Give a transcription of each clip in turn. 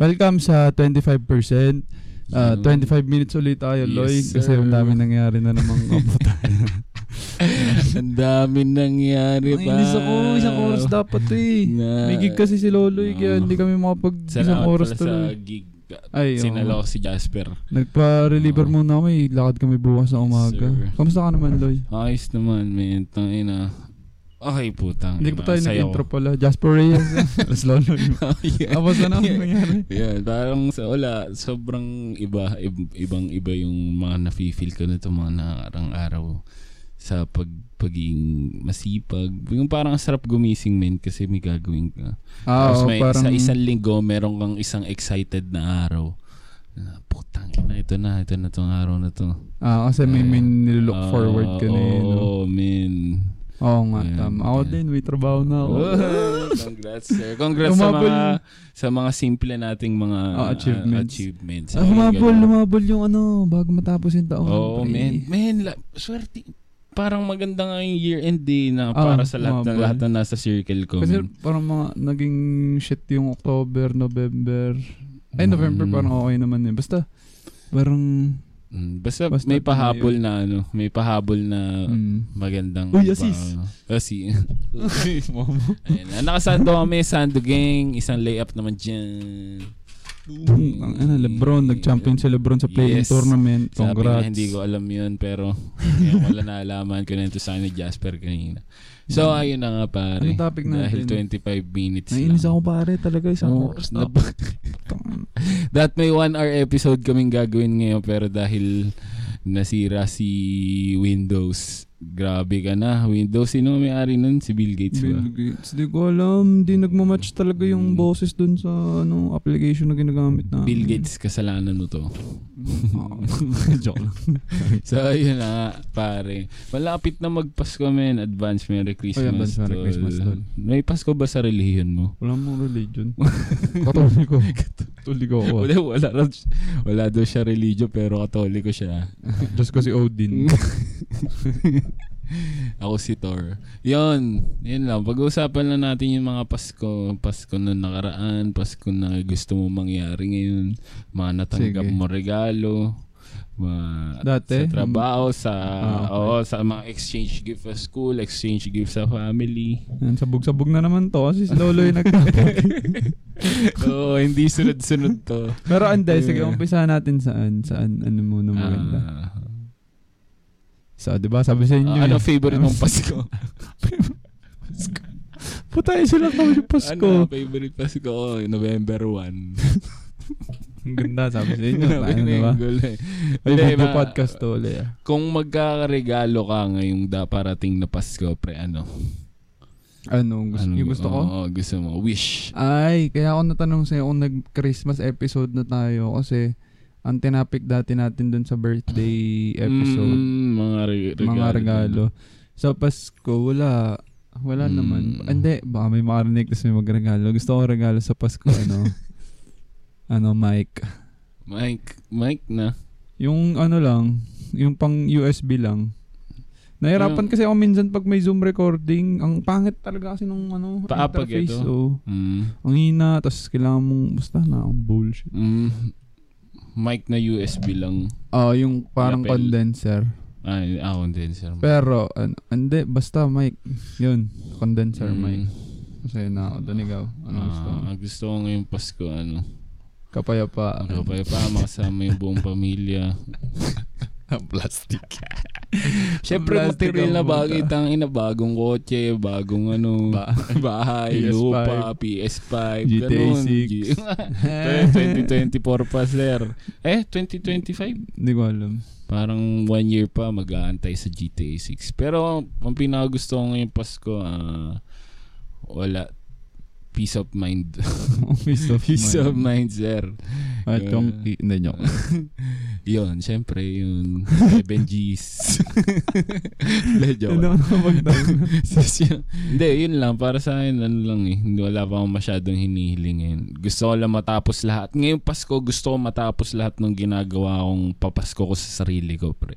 Welcome sa 25%. Ah, Yun. 25 minutes ulit tayo, Yes, Lloyd. Kasi sir. ang dami nangyari na namang kaputan. Ang dami nangyari pa. Nainis ako. Isang oras dapat to eh. May gig kasi si Lolo eh, kaya Oh. hindi kami makapag isang Salamat oras pala to. sa gig. Ay, oo. Sinala ko si Jasper. Nagpa-reliever Oh. muna kami. Lakad kami bukas sa Yes, umaga. sir. Kamusta ka naman, Lloyd? Ayos naman, man. Tangina. Okay, putang. Hindi ko ina. tayo Sayaw. nag-intro pala. Jasper Reyes. Tapos Lolo. yeah. Tapos na naman nangyari. Yeah, parang sa wala, sobrang iba, ib- ibang iba yung mga nafe-feel ko nito mga naarang araw sa pag pagiging masipag. Yung parang ang sarap gumising men kasi may gagawin ka. Ah, Tapos oo, may, parang... sa isang linggo, meron kang isang excited na araw. Na, Putang ina, ito na, ito na tong araw na to. Ah, Ah, kasi may, may nilook forward ka na yun. no? Oh, man. Oo nga, Ayan, tama. Ako ayan. din, may trabaho na ako. Oh, congrats, sir. Congrats sa Humabol. mga sa mga simple nating mga Oh, achievements. ah, achievements. Ah, humabol, humabol yung ano, bago matapos yung taon. Oo, oh, pre. man. Man, la, swerte. Parang maganda nga yung year-end day na Ah, para sa lahat ng humabol. lahat na nasa circle ko. Kasi man. parang mga naging shit yung October, November. Ay, Mm. November parang okay naman eh. Basta, parang... Mm, basta, basta may tumayo. pahabol na ano, may pahabol na mm. magandang Uy, assist. Ba, assis. Ayan, ah, nakasando kami, Sando Gang. Isang layup naman dyan. Boom. Ang ano, Lebron, nag-champion si Lebron sa play-in Yes. tournament. Sabi niya, Congrats. hindi ko alam yun, pero ayun, wala na alaman ko na ito sa ni Jasper kanina. So, ayun na nga pare. Anong Hmm. Ano topic Dahil natin? 25 minutes Nainis lang. ako pare talaga isang Oo, oras na. na- That may one hour episode kaming gagawin ngayon pero dahil nasira si Windows. Grabe ka na. Windows, sino ang may-ari nun? Si Bill Gates ba? Bill Gates. Di ko alam. Di nagmamatch talaga yung Mm. boses dun sa ano application na ginagamit na. Bill Gates, kasalanan mo to. Joke lang. So, ayun na nga, pare. Malapit na magpasko, men. Advance Merry Christmas. advance Merry tol. Christmas, tol. May Pasko ba sa relihiyon mo? Wala mong religion. Katoliko. Katoliko ako. Wala, wala, raw si- wala daw siya religion pero katoliko siya. Diyos ko si Odin. Ako si Thor. Yun, yun lang. Pag-uusapan lang natin yung mga Pasko. Pasko na nakaraan, Pasko na gusto mo mangyari ngayon. Mga natanggap Sige. mo regalo. Mga Dati? Sa trabaho, sa, Ah, okay. oo, sa mga exchange gift sa school, exchange gift sa family. Yan, sabog-sabog na naman to kasi si Lolo yung nagtapag. Oo, hindi sunod-sunod to. Pero anday, sige, Yeah. umpisa natin saan, saan, ano muna maganda. Ah. So, di ba, sabi sa inyo. Ah, eh. ano favorite mong Pasko? Puta, isa lang kami yung Pasko. Ano ang favorite Pasko ko? November 1. Ang ganda, sabi sa inyo. Grabe Ano na ba? yung goal eh. May Hindi, video ma- podcast to ulit. ah. Kung magkakaregalo ka ngayong da parating na Pasko, pre, ano? Ano, gusto, Anong- yung gusto ko? Oo, gusto mo. Wish. Ay, kaya ako natanong sa'yo kung nag-Christmas episode na tayo kasi ang tinapik dati natin dun sa birthday episode, Mm, mga re- regalo. mga regalo. Sa Pasko, wala. Wala Mm. naman. Hindi, baka may makarinig tapos may magregalo. Gusto ko regalo sa Pasko, ano? ano, mic. Mike, Mike na. Yung ano lang, yung pang USB lang. Nahirapan kasi ako minsan pag may Zoom recording, ang pangit talaga kasi nung ano, Paapag interface. ito? oo. Mm. ang hina, tapos kailangan mong, basta na, ang bullshit. Mm. Mike na USB lang. Ah, yung parang Lapel. condenser. Ay, ah, condenser. Pero, ano, hindi, basta mic. Yun, condenser Mm. mic. Kasi na ako doon ikaw. Ano gusto mo? Ah. Ah, ang gusto ko ngayong Pasko, ano? Kapayapaan. Ang kapayapaan, makasama yung buong pamilya. plastic. Siyempre, Plastic material na ang puta. bagay, tangina, bagong kotse, bagong ano, Ba- bahay, PS5, lupa, PS5, GTA ganun. 6. G- 2024 pa, sir. Eh, 2025? Hindi ko alam. Parang one year pa, mag-aantay sa GTA 6. Pero, ang pinakagusto ko ngayong Pasko, ah, wala, peace of mind. Peace of peace of mind. mind, sir. At yung, hindi nyo. Yun, syempre, yun. 7Gs. Medyo. Hindi ako nakapagtanong. Hindi, yun lang. Para sa akin, ano lang eh. Hindi, wala pa akong masyadong hinihiling ngayon. Gusto ko lang matapos lahat. Ngayong Pasko, gusto ko matapos lahat ng ginagawa kong papasko ko sa sarili ko, pre.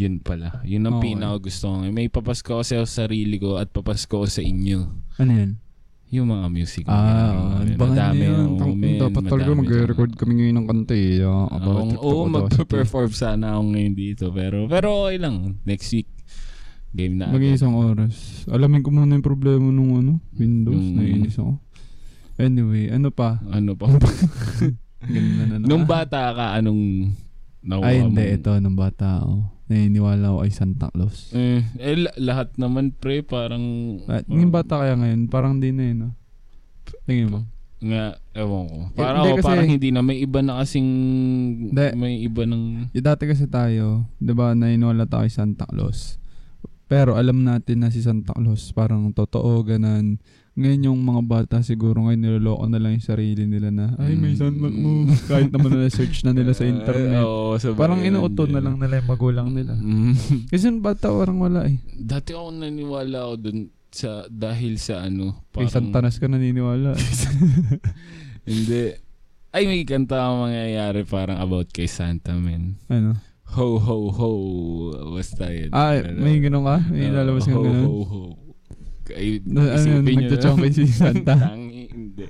Yun pala. Yun ang Okay. pinaka gusto ko. ngayon. May papasko ko sa sarili ko at papasko ko sa inyo. Ano yan? Yung mga music. Ah, Ayun, baka Ano madami, na yun. oo, Tang- men, dapat talaga madami. mag-record kami ngayon ng kanta eh. Ah, about Oo, TikTok ko oo daw. magpe-perform sana ako ngayon dito. Pero, pero okay lang. Next week, game na. Maging isang oras. Alamin ko muna yung problema nung ano, Windows. Yung- Naiinis ako. Anyway, ano pa? Ano pa? Ganun na na. na- Nung bata ka, anong nakuha Ay, hindi. mong- Ito, nung bata ako. Naniniwala ako kay Santa Claus. Eh, eh, la- lahat naman pre, parang... At Ah, yung bata kaya ngayon, parang di na yun. No? Tingin mo? Nga, ewan ko. Parang, Eh, hindi ako, kasi- parang hindi na. May iba na kasing... Hindi. May iba ng... Yung dati kasi tayo, di ba, naniniwala tayo kay Santa Claus. Pero alam natin na si Santa Claus parang totoo, ganan. Ngayon yung mga bata siguro ngayon niloloko na lang yung sarili nila na, ay may Santa Claus. Kahit naman na search na nila sa internet. Mm. Eh, Oo, sa Parang bayan inuuto na din. lang nila yung magulang nila. Mm. Kasi yung bata parang wala eh. Dati ako naniwala ako dun sa dahil sa ano Kay Santanas ka naniniwala. eh. hindi ay may kanta ang mangyayari parang about kay Santa man ano? ho ho ho basta yun Ano? Ah, may ganun ka? May Oo, lalabas kang ho, ganun? ho ho Oh, ay Na- ano yun, isipin nyo nagchachompay si Santa. Tangi, hindi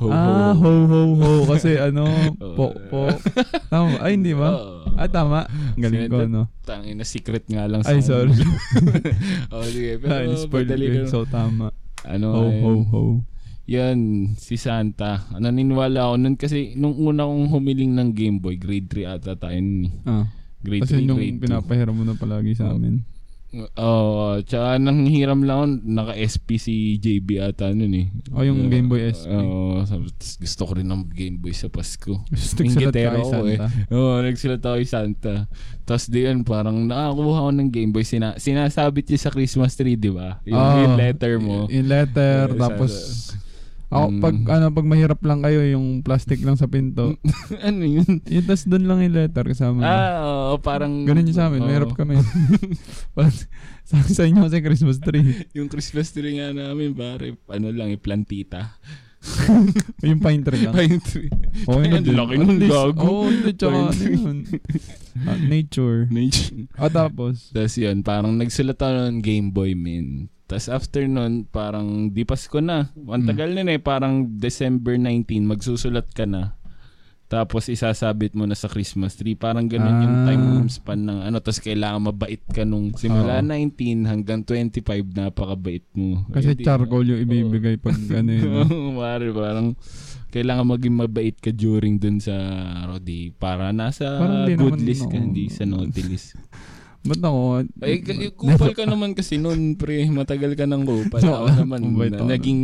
ho ah, ho, ho, ho. Kasi ano, po, po. Tama, ay, hindi ba? Oo. Ah, tama. Galing ko, no? Tangi na secret nga lang Ay, sorry. oh, sige. Pero, Ay, spoiled madali ko yun. lang. So, tama. ano, Ho, ho, ayun. ho. Yan, si Santa. Naniniwala ako nun kasi nung una kong humiling ng Game Boy, grade 3 ata tayo nun. eh. Ah, Grade kasi 3, yung grade 2. pinapahiram mo na palagi sa amin. Oo, tsaka nang hiram lang ako, naka-SP si JB ata nun eh. O, Oh, yung Oo, Game Boy SP. Oo, sabi- tas gusto ko rin ng Game Boy sa Pasko. Stick sa Ah. Ingitero tayo, ako eh. Santa. Oo, nagsulat ako kay Santa. Tapos di yun, parang nakakuha ako ng Game Boy. Sina- sinasabit yun sa Christmas tree, di ba? Yung, Ah, yung letter mo. Yung letter, Eh, tapos... sa- Ako, Mm. pag, ano, pag mahirap lang kayo, yung plastic lang sa pinto. ano yun? yun, tas doon lang yung letter kasama. Ah, oo, parang... Hmm. Ganun yun sa amin, oo. mahirap kami. Parang- sa, sa inyo kasi Christmas tree. Yung Christmas tree nga namin, pare, ano lang, eh, plantita. Yung pine tree lang. Oh, Pine tree. Okay na Ang din. laki At nung least- gago. Oo, hindi, tsaka Pine ano tree. yun. Ah, nature. Nature. Ah, tapos, Tapos yun, parang nagsulat ako ng Game Boy, man. Tapos after nun, parang di Pasko na. Ang Mm. tagal nun eh, parang December 19, magsusulat ka na. Tapos isasabit mo na sa Christmas tree. Parang ganun yung Ah. time span ng ano. Tapos kailangan mabait ka nung simula Oo. 19 hanggang 25, napakabait mo. kasi Eh, di- charcoal yung ibibigay pag ano yun. no? Oo, pare, parang kailangan maging mabait ka during dun sa Rodi para nasa Parang di good naman, list ka, oo. hindi sa naughty list. Ba't ako? Ay, k- kupal ka naman kasi noon, pre. Matagal ka ng kupal. Oo, Ako naman, mabait na- ako. naging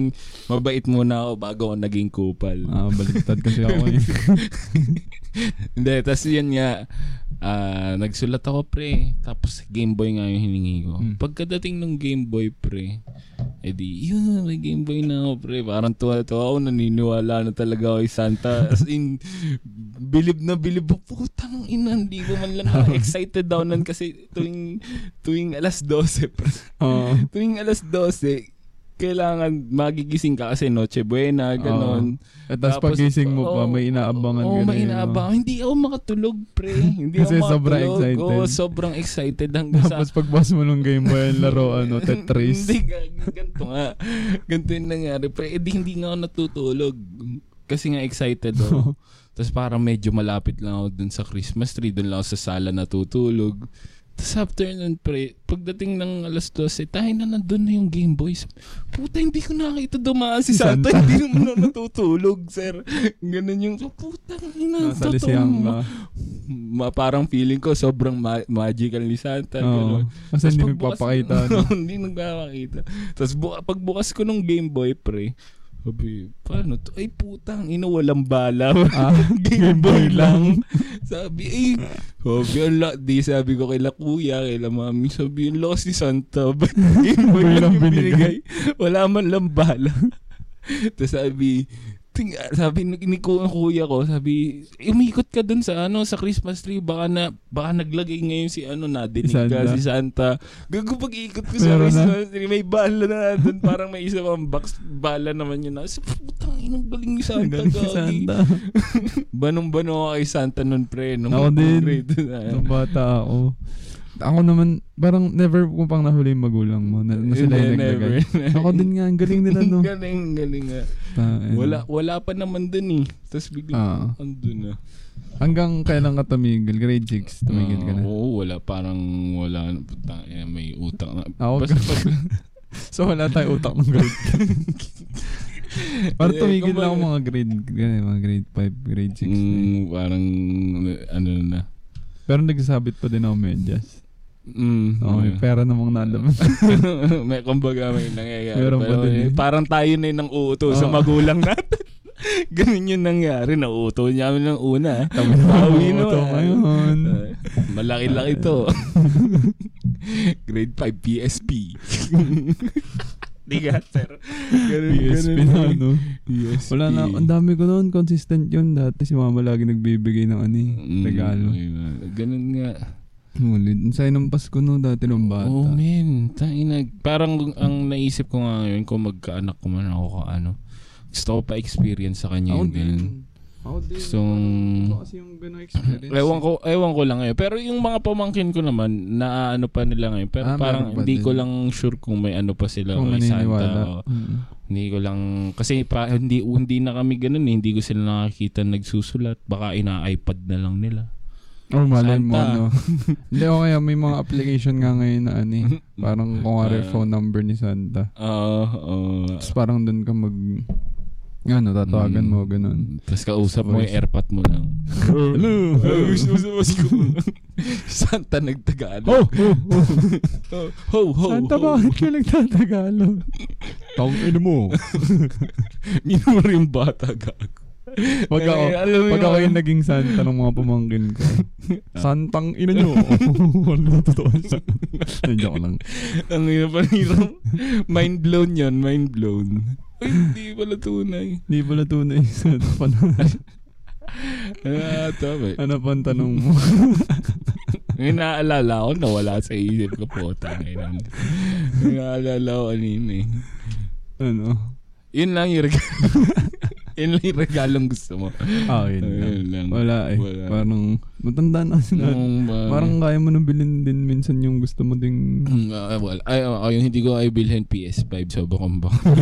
mabait muna ako bago ako naging kupal. Ah, baliktad kasi ako eh. Hindi, tas yun nga, ah, nagsulat ako, pre. Tapos Game Boy nga yung hiningi ko. Hmm. Pagkadating ng Game Boy, pre, edi, yun, may Game Boy na ako, pre. Parang tuwa-tuwa ako, naniniwala na talaga ako kay Santa. As in, bilib na bilib ako. Putang ina, hindi ko man lang excited daw nun kasi tuwing, tuwing alas 12, pre. Oo. Tuwing alas 12, kailangan magigising ka kasi Noche Buena, ganon. At tapos Eh, pagising mo pa, oo, may inaabangan oo, ka na may yun, no? inaabangan. Hindi ako makatulog, pre. Hindi Kasi ako sobrang makatulog. excited. Oo, sobrang excited hanggang sa... Tapos pagbukas mo nung Game Boy, yung laro, ano, Tetris. hindi, gag- ganito nga. Ganito yung nangyari, pre. Eh, di, hindi nga ako natutulog. Kasi nga excited ako. Tapos parang medyo malapit lang ako dun sa Christmas tree. Dun lang ako sa sala natutulog. Tapos after nun, pre, pagdating ng alas 12, tayo na nandun na yung Game Boys. Puta, hindi ko nakita dumaan si Santa. Santa. hindi naman ako natutulog, sir. Ganun yung, puta, ina, Nasa ah. totoo lisiyang ka. ma- ma- parang feeling ko sobrang ma- magical ni Oo. Santa. ganun. Kasi Tas hindi pagbukas- nagpapakita. ano. Oo, hindi nagpapakita. Tapos bu- pagbukas ko nung Game Boy, pre, sabi, paano to? Ay, putang ina, walang bala. Ah, Game Boy lang. sabi, ay, sabi, ang la- di sabi ko kay la kuya, kay la mami, sabi, ang lakas ni Santa. Ba't Game Boy Boy lang lang yung binigay? binigay? Wala man lang bala. Tapos sabi, ting, sabi ni ni ku- kuya ko, sabi, umikot ka dun sa ano, sa Christmas tree, baka na, baka naglagay ngayon si ano, Si nadinig ka, Santa. si Santa. Gago pag-ikot ko sa Meron na. Christmas tree, may bala na dun, parang may isa pang box, bala naman yun na. Sa putang inang galing ni Santa, Galing si gagi. Santa. Banong-bano ako kay Santa nun, pre, nung Ako din. grade na. Nung bata ako. Ako naman, parang never ko pang nahuli yung magulang mo na, na sila yung naglagay. Ako din nga, ang galing nila, no? galing, galing nga. Ta- ano. Wala, wala pa naman dun eh. Tapos bigla, Ah. andun na. Hanggang kailan ka tumigil? Grade 6, tumigil ka na. Ah, Oo, wala. Parang wala. Putang, ina, may utak na. Ako, Basta pag... so wala tayong utak ng grade. Parang Eh, tumigil lang ako kumbaga- mga grade, ganyan, mga grade 5, grade 6. Mm, parang ano na. Pero nagsasabit pa din ako medyas. Mm, Oo, may pera namang nalaman. may kumbaga may nangyayari. Meron pa Pero, din eh. Oh. eh, Parang tayo na yung nang uuto sa Oo. magulang natin. Ganun yung nangyari. Nauuto niya kami ng una. Kami na Bawi mga naman. utak ngayon. Ah, Malaki-laki to. Grade 5 PSP. Diga, sir. Ganun, PSP ganun. na, no? PSP. Wala na, ang dami ko noon, consistent yun. Dati si mama lagi nagbibigay ng ano eh, Mm, regalo. ayun na. Ganun nga. Ngunit, ang sayo ng Pasko no, dati nung bata. Oh man, tangina. Parang ang naisip ko nga ngayon kung magkaanak ko man ako ka ano. Gusto ko pa experience sa kanya Ako yung din. ganun. Ako din. So, Gusto ko kasi yung ganun experience. Ewan ko, ewan ko lang ngayon. Pero yung mga pamangkin ko naman, naano pa nila ngayon. Pero Ah, parang meron pa hindi din. ko lang sure kung may ano pa sila Kung kung may maniniwala. Santa. o- Mm. Hindi ko lang kasi pa, hindi hindi na kami ganoon eh. Hindi ko sila nakakita nagsusulat. Baka ina-iPad na lang nila. Or malay mo Santa. ano. Hindi o kaya may mga application nga ngayon na ano eh. Parang kung Ah. phone number ni Santa. Oo. ah. Tapos parang doon ka mag... Ano, tatawagan mo, ganun. Tapos kausap mo yung Voice. airpot mo lang. Hello! Santa nagtagaan. Oh! oh, oh. ho, ho, Santa, ho. bakit ka nagtatagalog? Tawag ino mo. Minura yung bata gago. Pag ako, Eh, Alam mo pag yung- ako yung naging Santa ng mga pamangkin ko. Santang ina nyo. Wala na totoo. Hindi, Joke lang. Ang ina pa nito. Mind blown yun, mind blown. Ay, hindi pala tunay. Hindi pala tunay yung Santa pa na. Ah, tama. Ano pa ang tanong mo? Yung naalala ko, nawala sa isip ko po. Tangay lang. Yung naalala ko kanina eh. Ano? Yun lang yung regalo. yun lang yung regalong gusto mo. Ah, yun lang. Ayun lang. Wala eh. Wala. Parang matanda na kasi lahat. Yung, ah, Parang kaya mo nang bilhin din minsan yung gusto mo ding... Ah, well, ay, oh, yung hindi ko ay bilhin PS5 so bakang baka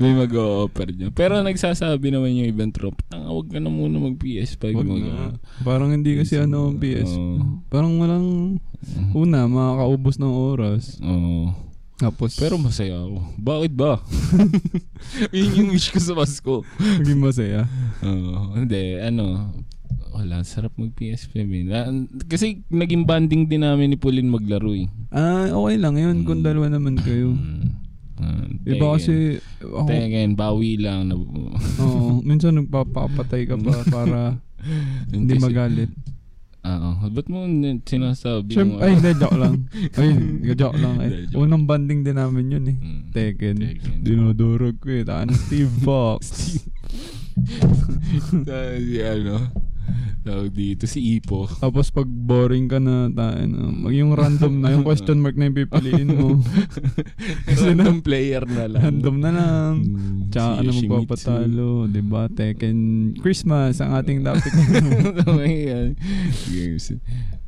may mag-o-offer niya. Pero nagsasabi naman yung ibang tropa, tanga wag ka na muna mag PS5. Wag Mag- na. Parang hindi kasi Minsan, ano ang PS. oo. Uh-huh. Parang walang... Una, makakaubos ng oras. Oo. Tapos, Pero masaya ako. Bakit ba? Yun yung wish ko sa Pasko. maging masaya. Oo. hindi, ano, wala, sarap mag PS5 eh. Na- kasi naging banding din namin ni Pauline maglaro eh. Ah, okay lang yun kung Mm. dalawa naman kayo. Mm. Ah, Iba Tekken. kasi, ako, Tekken, bawi lang. Na, oo, minsan nagpapapatay ka pa para hindi magalit. Oo. Ba't mo n- sinasabi Siyempre, mo? ay, hindi, joke lang. Ay, joke lang. Eh. Hindi, joke. Unang banding din namin yun eh. Mm. Tekken. Tekken. Dinodurog ko eh. Taan Steve Fox. Ah, si ano? Tawag dito, si Ipo. Tapos pag boring ka na, taan, ah, mag- yung random na, yung question mark na yung pipiliin mo. Kasi na- Random player na lang. random na lang. Mm, Tsaka ano Yoshimitsu. magpapatalo, di ba? Tekken Christmas ang ating topic. Ayan. Games.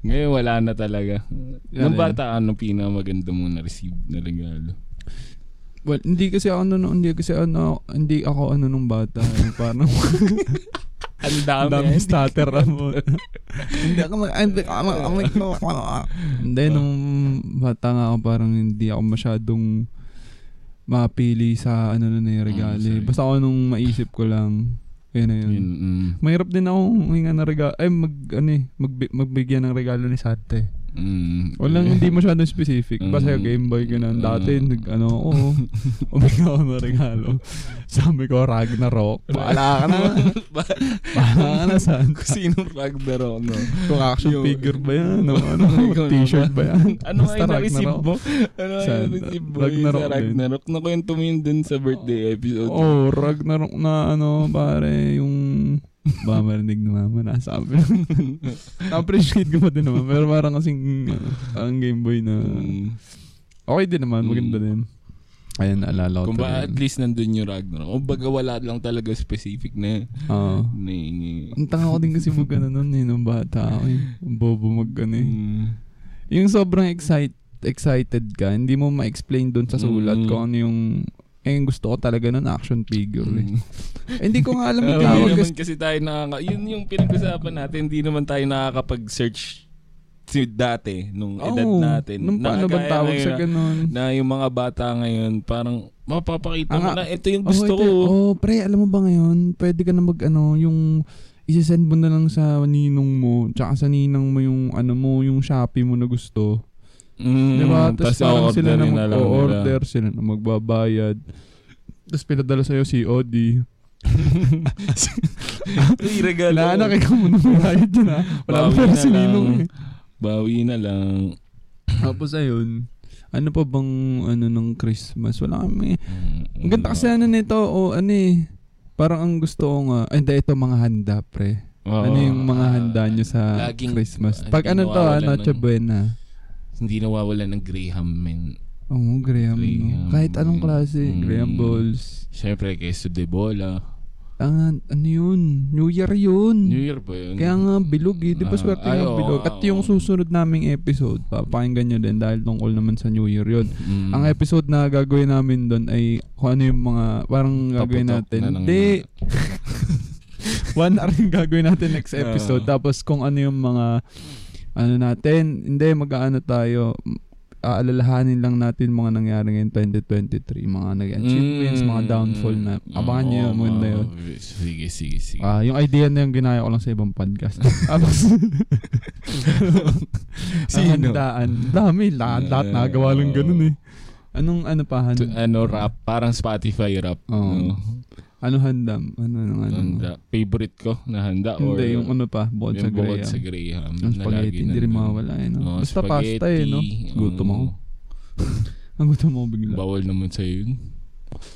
Ngayon wala na talaga. Nung Wala na. bata, ano pinamaganda mo na receive na regalo? well, hindi kasi ako ano, hindi kasi ano, hindi ako ano nung bata. Yung parang Ang ang dami. daming starter mo. hindi ako mag- hindi ako mag- Hindi, nung bata nga ako parang hindi ako masyadong mapili sa ano na yung regalo. eh. sorry. Basta ako nung maisip ko lang, yun na yun. Yun, mm, Mahirap din ako hinga ng regalo. Ay, mag, ano eh, magbi- magbigyan ng regalo ni Santa eh. mm. Walang hindi masyadong specific. Basta Mm. Game Boy ganun. Dati, Mm. nag, ano, oo. Umiga ako ng regalo. Sabi ko, Ragnarok. Paala ka na. Paala ka na, son. Sinong Ragnarok, no? Kung action Yung- figure ba yan? O ano? Ikaw na T-shirt ba yan? Ano nga yung na-receive mo? Ano nga Sa- yung na-receive mo Ragnarok sa din. Ragnarok? Nakwento mo yun dun sa birthday episode. Oh, Ragnarok na ano, pare, yung... Ba, marinig ng mama na ah, sabi. Na-appreciate ko pa din naman. Pero parang kasing ano, parang Game Boy na... Mm. Okay din naman, maganda Mm. din. Ayun, naalala ko. Kung ba, talaga. at least nandun yung Ragnarok. O baga wala lang talaga specific na Oo. na- eh. Mm. Ang tanga ko din kasi mag ano nun eh, nung bata ako eh. Ang bobo mag ano eh. Yung sobrang excite, excited ka, hindi mo ma-explain doon sa sulat Mm. kung ano yung... Eh, yung gusto ko talaga nun, action figure. eh. Mm. Eh, Hindi ko nga alam yung Hindi tawag. naman Kasi- kasi tayo nakaka... Yun yung pinag-usapan natin. Hindi naman tayo nakakapag-search si dati, nung edad Oo, natin. Nung paano ba Nakagaya tawag ngayon sa na- ganun? Na yung mga bata ngayon, parang mapapakita mo Ah, na, ito yung gusto oh, ito- ko. Oh, pre, alam mo ba ngayon, pwede ka na mag ano, yung isisend mo na lang sa ninong mo, tsaka sa ninang mo yung ano mo, yung Shopee mo na gusto. Mm, Di ba? Tapos tas parang sila na orderin lang nila. mag-order, sila na magbabayad. Tapos pinadala sa'yo COD. Uy, regalo. Wala na, kaya ka muna magbayad dyan ha. ah? Wala Bawi pa pala na si lang. ninong eh. Bawi na lang. Tapos ayun, ano pa bang ano ng Christmas? Wala kami. Mm, Ang ganda kasi ano nito, o ano eh. Parang ang gusto ko nga, ay hindi, ito mga handa pre. Oo. Ah, ano yung mga handa nyo sa Laging- Christmas? laging Pag ano to, ah, nawawalan Noche ng- Buena. Hindi nawawala ng Graham, men. Oo, Graham. no? Graham. Kahit anong klase. Mm. Graham Balls. Siyempre, kay Sudebola. Ah, ano yun? New Year yun. New Year ba yun? Kaya nga, bilog eh. Di ba Ah, swerte ay, nga oo, bilog? nga, At yung oo. susunod naming episode, papakinggan nyo din dahil tungkol naman sa New Year yun. Mm. Ang episode na gagawin namin doon ay kung ano yung mga, parang gagawin Paputok natin. na ng- Hindi. One hour yung gagawin natin next episode. Oo. Tapos kung ano yung mga, ano natin, hindi, mag-ano tayo, m- aalalahanin lang natin mga nangyari ngayon 2023, mga nag-achievements, Mm. mga downfall na. Abangan nyo Oo, yung muna oo. yun. Sige, sige, sige. Ah, yung idea na yung ginaya ko lang sa ibang podcast. Tapos, ang Sino? handaan. Dami, lahat, lahat nagawa lang ganun eh. Anong ano pa To- handa? ano, rap. Parang Spotify rap. Oo. no? Ano handam? Ano ano? ano? Handa. Favorite ko na handa. or Hindi, yung ano pa, bukod sa yung bukod Graham. sa Graham. Ang na spaghetti, lagi hindi rin nandun. mawawala eh. No? Oo, Basta pasta eh, no? spaghetti, um, Gutom oo. ako. Ang gutom mo bigla. Bawal naman sa'yo yun.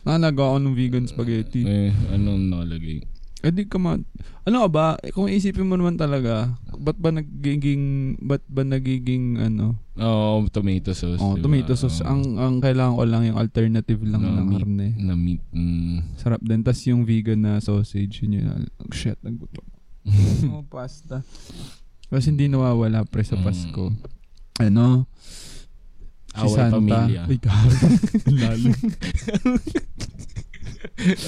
Nalaga ako ng vegan spaghetti. Eh, anong nakalagay? Eh di ka ma- Ano ka ba? Eh, Kung isipin mo naman talaga, ba't ba nagiging, ba't ba nagiging ano? Oo, tomato sauce. Oh, diba? tomato sauce. Oo. Ang, ang kailangan ko lang yung alternative lang Na ng meat. karne. Na meat. Mm. Sarap din. Tapos yung vegan na sausage, yun yun. Oh, shit, nagutom. oh, pasta. Tapos hindi nawawala pre sa Mm. Pasko. Ano? Si Away Santa. pamilya. Ay, gago. Lalo.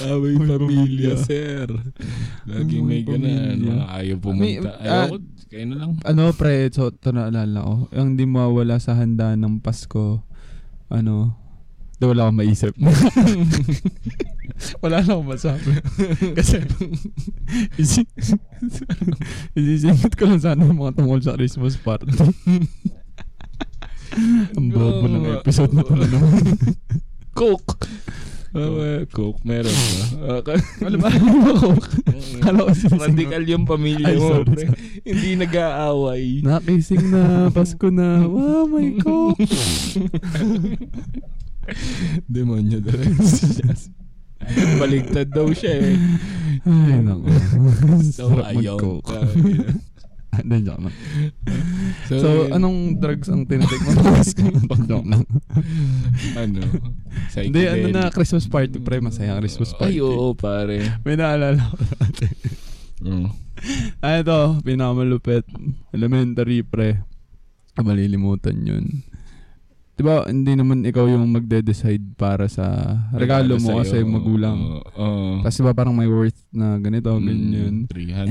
Away Away pamilya. sir. Away Lagi may ganun. pamilya. Mga ayaw pumunta. May- Ayaw ah, ko. Kayo na lang. Ano pre, so ito naalala ko. Ang di mawawala sa handa ng Pasko, ano, di wala akong maisip. wala na akong masabi. Kasi, isi- isisingit ko lang sana yung mga tungkol sa Christmas party. Ang bobo ng episode na to na naman. Coke. Ah, Coke, meron ba? Okay. Ano ba? Ano ba ko? Kala ko sinisingit. Radikal yung pamilya Ay, mo, sorry, pre. Hindi nag-aaway. Nakising na, Pasko na. Wow, oh my God. Demonyo talaga si Jazz. Baligtad daw siya eh. Ay, naku. So, Sarap ayaw. mag-coke. Tangina. Hindi, joke lang. So, yun. anong drugs ang tinatake mo? Joke lang. Ano? Hindi, ano Psychedelic. na, Christmas party, pre. Masaya ang Christmas party. Ay, oo, pare. May naalala ko. Mm. Ah, ito, pinakamalupit. Elementary, pre. Malilimutan yun. Diba, hindi naman ikaw yung magde-decide para sa regalo mo sa'yo. kasi magulang. Oo. oo. Kasi ba parang may worth na ganito, Mm, ganyan.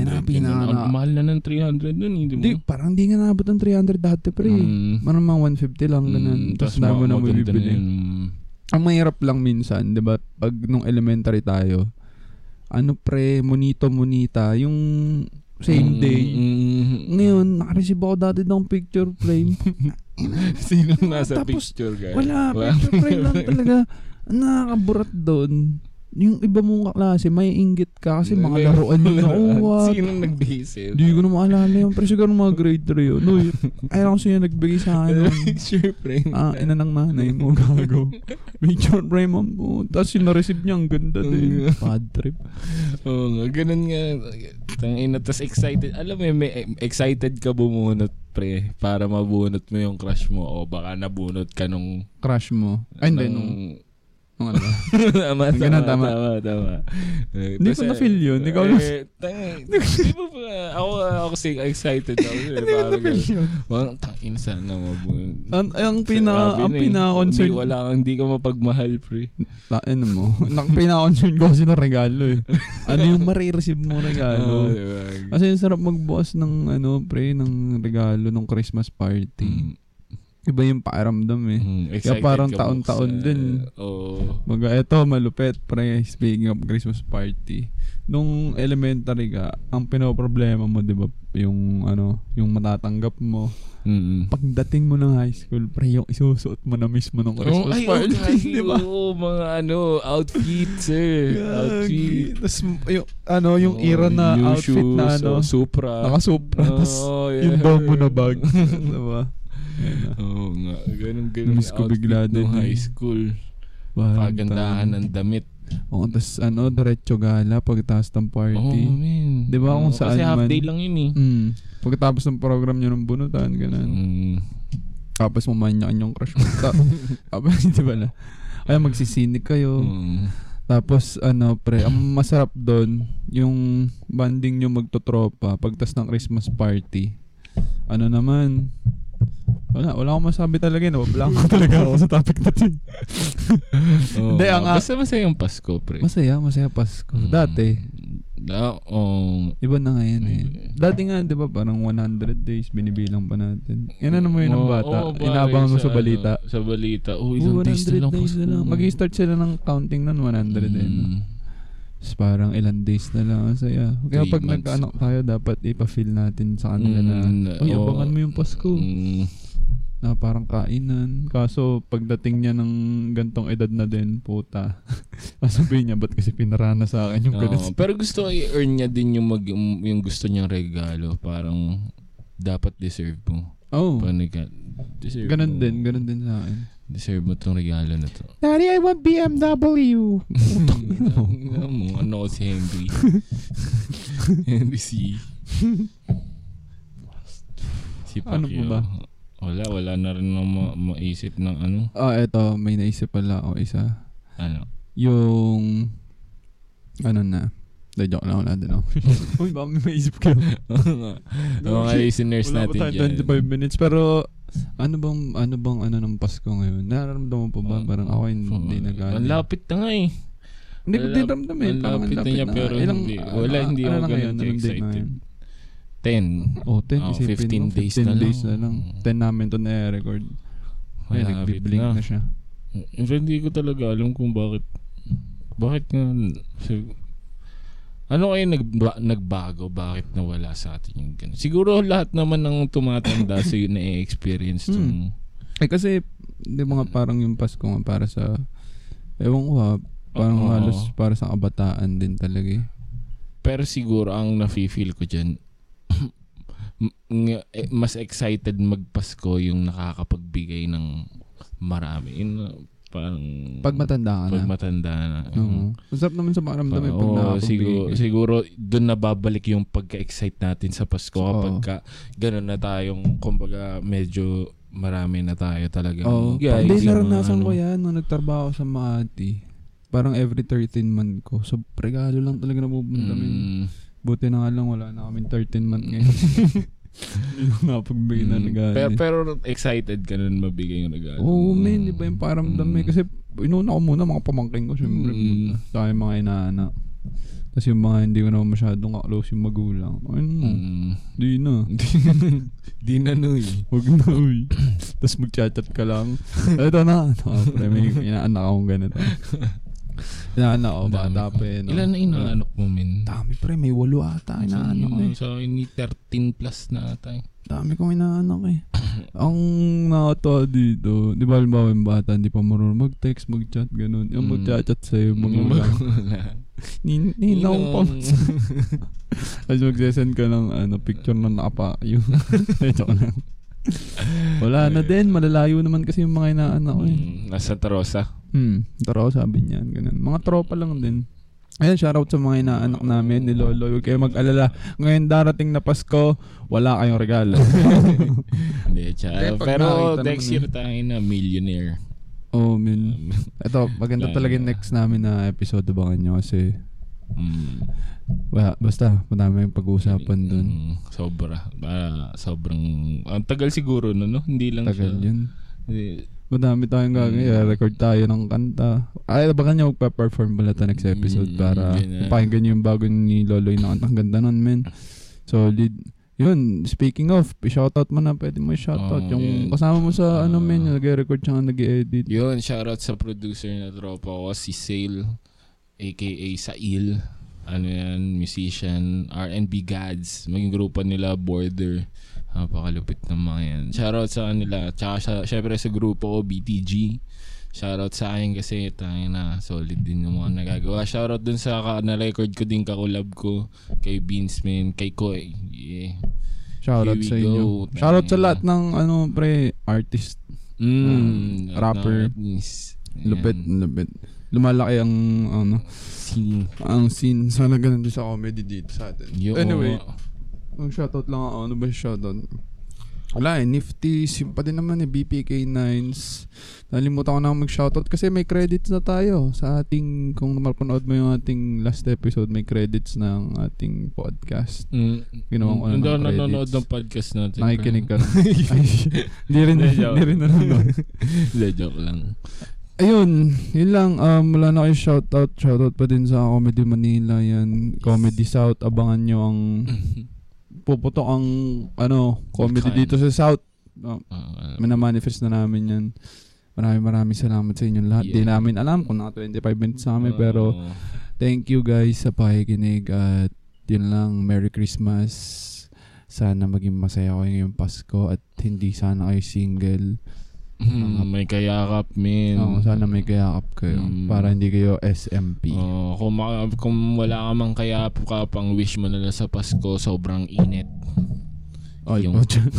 300. Yan ang ganun. pinaka- Ang mahal na ng 300 nun, hindi mo? Hindi, parang hindi nga naabot ng 300 dati pre. Mm. Parang mga 150 lang, ganun. Mm, Tapos tas na mo na maganda mabibili. yun. Ang mahirap lang minsan, di ba? Pag nung elementary tayo, ano pre, monito monita, yung same Mm, day. mm. Ngayon, nakareceive ako dati ng picture frame. Sino nasa ano, Tapos, picture, guys? Wala, picture frame lang talaga. Ang Nakakaburat doon. Yung iba mong kaklase, may inggit ka kasi May- mga laruan yung nakuha. Sino nag-base Hindi ko na maalala yun. Pero siguro mga grade 3 yun. Uy, ayaw ko sa'yo nagbigay sa akin. nun. Picture frame. Ah, ina ng nanay mo, gago. Picture frame mo. Tapos yung na-receive niya, ang ganda din. Bad trip. Oo nga, ganun nga. Tangina, tas excited. Alam mo, yun, may, excited ka bumunot, pre. Para mabunot mo yung crush mo. O baka nabunot ka nung... Crush mo. Ay, hindi. Nung, Ang ano ba? tama, Ang ganun, tama. tama, tama. Eh, Hindi ko kasi- na-feel yun. Ikaw lang. Eh, tangin. Di ba ba? Ako, ako kasi excited ako. eh, Hindi ko na-feel Ano yun. Parang tangin sana mabuhay. Ang, ang pina, ang pina-concern. Hindi, eh, wala kang, hindi ka mapagmahal, pre. Tain mo. Ang pina-concern ko kasi ng regalo eh. ano yung marireceive mo Oo, regalo? di ba? Kasi yung sarap magbukas ng ano, pre, ng regalo ng Christmas party. Mm. Iba yung pakiramdam eh. Mm, excited parang ka taon-taon buksan. din. Oo. Baga, eto, malupit, pre. Speaking of Christmas party. Nung elementary ka, ang pinoproblema mo, di ba, yung ano, yung matatanggap mo. Mm. Pagdating mo ng high school, pre, yung isusuot mo na mismo ng Oh, Christmas ay, party, okay. di ba? Oo, mga ano, outfit, sir. outfit. Tapos, yung, ano, yung Oo, era na new outfit na, Oh, shoes, ano, oh, Supra. nakasupra, tas Oh, yeah. yung domo na bag. diba? Ayun na. Oo nga. Ganun, ganun. Namiss ko outfit bigla nung din eh. high school. Parang tang- Pagandahan ng damit. Oo, tas ano, diretso gala pagkatapos ng Oo, party. Oh, man. Di ba Diba kung Oo, saan Kasi half man? day lang yun eh. Mm. Pagkatapos ng program nyo ng bunutan, ganun. Mm. Tapos mamanyakan yung crush mo. Ta- Tapos, di ba na? Ay, magsisinig kayo. Mm. Tapos, ano, pre, ang masarap doon, yung banding nyo magtotropa pagtas ng Christmas party. Ano naman, wala, wala akong masabi talaga. eh. Nabablanko talaga ako sa topic natin. Oo Hindi, ang- nga. Basta masaya yung Pasko, pre. Masaya, masaya Pasko. Mm. Dati, Ah, oo. iba na ngayon eh. Dati nga, di ba, parang 100 days, binibilang pa natin. Yan ano mo yun ng Oo, bata. oo, pare, Inabang mo sa balita. ano, sa balita. Oh, Oh, ilang days na lang Pasko. Mag-start sila ng counting ng 100 eh. no? Mm. Tapos parang ilan days na lang. Ang saya. Kaya Three pag months. nagkaanak tayo, dapat ipa-feel natin sa kanila na, Mm, Uy, oo. abangan mo yung Pasko. Mm. Na parang kainan. Kaso, pagdating niya ng gantong edad na din, puta. Sasabihin niya, ba't kasi pinarana sa akin yung Oo, ganito? pero gusto ko i-earn niya din yung, mag, yung yung gusto niyang regalo. Parang dapat deserve mo. Oh, Parang nagka- deserve ganun mo. din. Ganun din sa akin. Deserve mo tong regalo na to. Daddy, I want BMW. Ano mo, ano ko si Henry. Henry C. si Pacquiao. Ano po ba? Wala, wala na rin nang ma- maisip ng ano. Ah, eto. May naisip pala ako isa. Ano? Yung ano na. De joke lang wala din ako. Uy, baka may maisip kayo. mga listeners wala pa natin tayo 25 minutes pero ano bang ano bang ano ng Pasko ngayon? Nararamdaman mo pa ba? Parang ako hindi Oo. nagana. Oh, Ang lapit na nga eh. Hindi ko ang din lap- ramdam eh. ang Parang lapit na niya, pero hindi. Wala, hindi ako lang ganun ngayon? Anong date ano na ka-excited. ngayon? 10. Oh, 10, Oh, isipin mo, 15 days 15 na lang. Oh. days na lang. 10 namin to na-record. Ay, Malapit nagbiblink na. na. na siya. Pero hindi ko talaga alam kung bakit. Bakit nga... sig- Ano kaya nagba- nagbago? Bakit nawala sa atin yung ganun? Siguro lahat naman ng tumatanda sa Hmm. yun na-experience tong... Eh kasi, di ba nga parang yung Pasko nga para sa, ewan ko ha, parang Oo. halos para sa kabataan din talaga eh. Pero siguro ang nafe-feel ko dyan, m- nga- eh, mas excited magpasko yung nakakapagbigay ng marami. Yun, uh, parang... Pag matanda ka na. Mm. pag matanda na. Oo. Ang sarap naman sa pakiramdam eh, pag Oo, nakapagbigay siguro, ka. siguro doon na babalik yung pagka-excite natin sa Pasko kapag ka, ganun na tayong, kumbaga, medyo marami na tayo talaga. Oo. Guys, Hindi, yung naranasan ano. ko yan nung nagtrabaho sa Maati. Parang every 13 month ko. So, regalo lang talaga na pupunta mm. Mm, Buti na nga lang wala na kami 13 month ngayon. Hindi ko napagbigay na eh. mm. regalo. pero, pero excited ka nun mabigay yung regalo. Oo, oh, man. Di ba yung paramdam eh. Mm. Kasi inuna ko muna mga pamangking ko. Siyempre, Mm. puta. Saka yung mga inaanak. Tapos yung mga hindi ko naman masyadong ka-close yung magulang. Ayun mo. Mm. Di na. Di na no eh. Huwag na, uy. Tapos magchat-chat ka lang. Ito na. Ito, pre, may inaanak akong ganito. Inaanak ako, Ang dami bata ko. pa eh. No? Ilan na inaanak mo, men? Dami, pre. May walo ata inaanak ko eh. So, ini 13 plus na ata eh. Dami kong inaanak eh. Ang nakatawa dito, di ba halimbawa yung bata, hindi pa marunong mag-text, mag-chat, ganun. Yung Mm. Mm. mag-chat sa'yo, Yung magulang. magulang. Nin- Ninaw pa. Yung- Tapos magsesend ka ng ano, picture na nakapa. Yung, joke lang. Wala na din, malalayo naman kasi yung mga inaanak ko eh. Mm, Nasa Tarosa. Hmm, taro sabi niya. Ganun. Mga tropa lang din. Ayan, shoutout sa mga inaanak namin ni Lolo. Huwag kayo mag-alala. Ngayon darating na Pasko, wala kayong regalo. Hindi, tsaka- Hindi, pag Pero nakita naman eh. next year tayo na millionaire. Oh, man. Um, Ito, maganda Wala talaga yung na. next namin na episode abangan nyo kasi mm. wala, basta madami yung pag-uusapan dun. Mm, sobra. Para sobrang... Ang tagal siguro no, no? Hindi lang Tagal siya. yun. Eh, Madami tayong gagawin. Mm. Record tayo ng kanta. Ay, baka niya magpa-perform pala ta next episode Mm, para ganyan. pakinggan niyo yung bago ni Lolo yung kanta. Ang ganda nun, men. Solid. Yun, speaking of, shoutout mo na. Pwede mo shoutout. Oh, yung yun. kasama mo sa, ano, Ah. men, yung nag-record siya, nag-edit. Yun, shoutout sa producer na tropa ko, si Sale, aka Sail. Ano yan, musician, R&B gods. Maging grupo nila, Border. Napakalupit ng mga yan. Shoutout sa kanila. Tsaka sa, syempre sa grupo ko, BTG. Shoutout sa akin kasi tayo na solid din yung mga nagagawa. Shoutout dun sa ka, na-record ko din kakulab ko kay Beansman, kay Koy. Yeah. Shoutout Here we sa inyo. go. Shoutout sa Tangina. lahat ng, ano, pre, artist. Mm, rapper. nakakainis. Ayan. Lupit, lupit. Lumalaki ang, ano, Sing. ang scene. Sana ganun din sa comedy dito sa atin. Yo. Anyway, Ang shoutout lang ako. Ano ba yung shoutout? Wala eh. Nifty. Simpa din naman eh. BPK9s. Nalimutan ko na akong mag-shoutout kasi may credits na tayo sa ating, kung mapanood mo yung ating last episode, may credits ng ating podcast. Mm. Ginawa ko na ng Nandun- credits. nanonood ng podcast natin. Nakikinig ka lang. Ay, Hindi rin, hindi rin nanonood. Hindi, joke lang. Ayun, yun lang. Um, wala na kayo shoutout. Shoutout pa din sa Comedy Manila yan. Comedy South. Abangan nyo ang puputok ang ano, comedy Kind. dito sa South. Oh, Ah, Minamanifest na namin yan. Maraming maraming salamat sa inyong lahat. Di Yeah. namin alam kung naka 25 minutes sa amin. ah, pero thank you guys sa pakikinig. At yun lang, Merry Christmas. Sana maging masaya kayo ngayong Pasko at hindi sana kayo single. mm, may kayakap, min. Oo, sana may kayakap kayo Mm. para hindi kayo SMP. Oh, kung, maka- kung wala ka mang kayakap ka, pang wish mo na lang sa Pasko, sobrang init. Ay, oh, Yung- po, Diyan.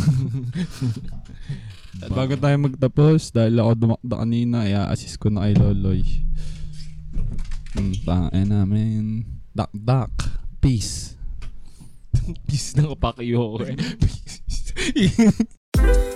At Bago tayo magtapos, dahil ako dumakda kanina, i-assist ko na kay Loloy. Mm, Tangan namin. Dak, dak. Peace. Peace na kapakiyo ko eh. Peace.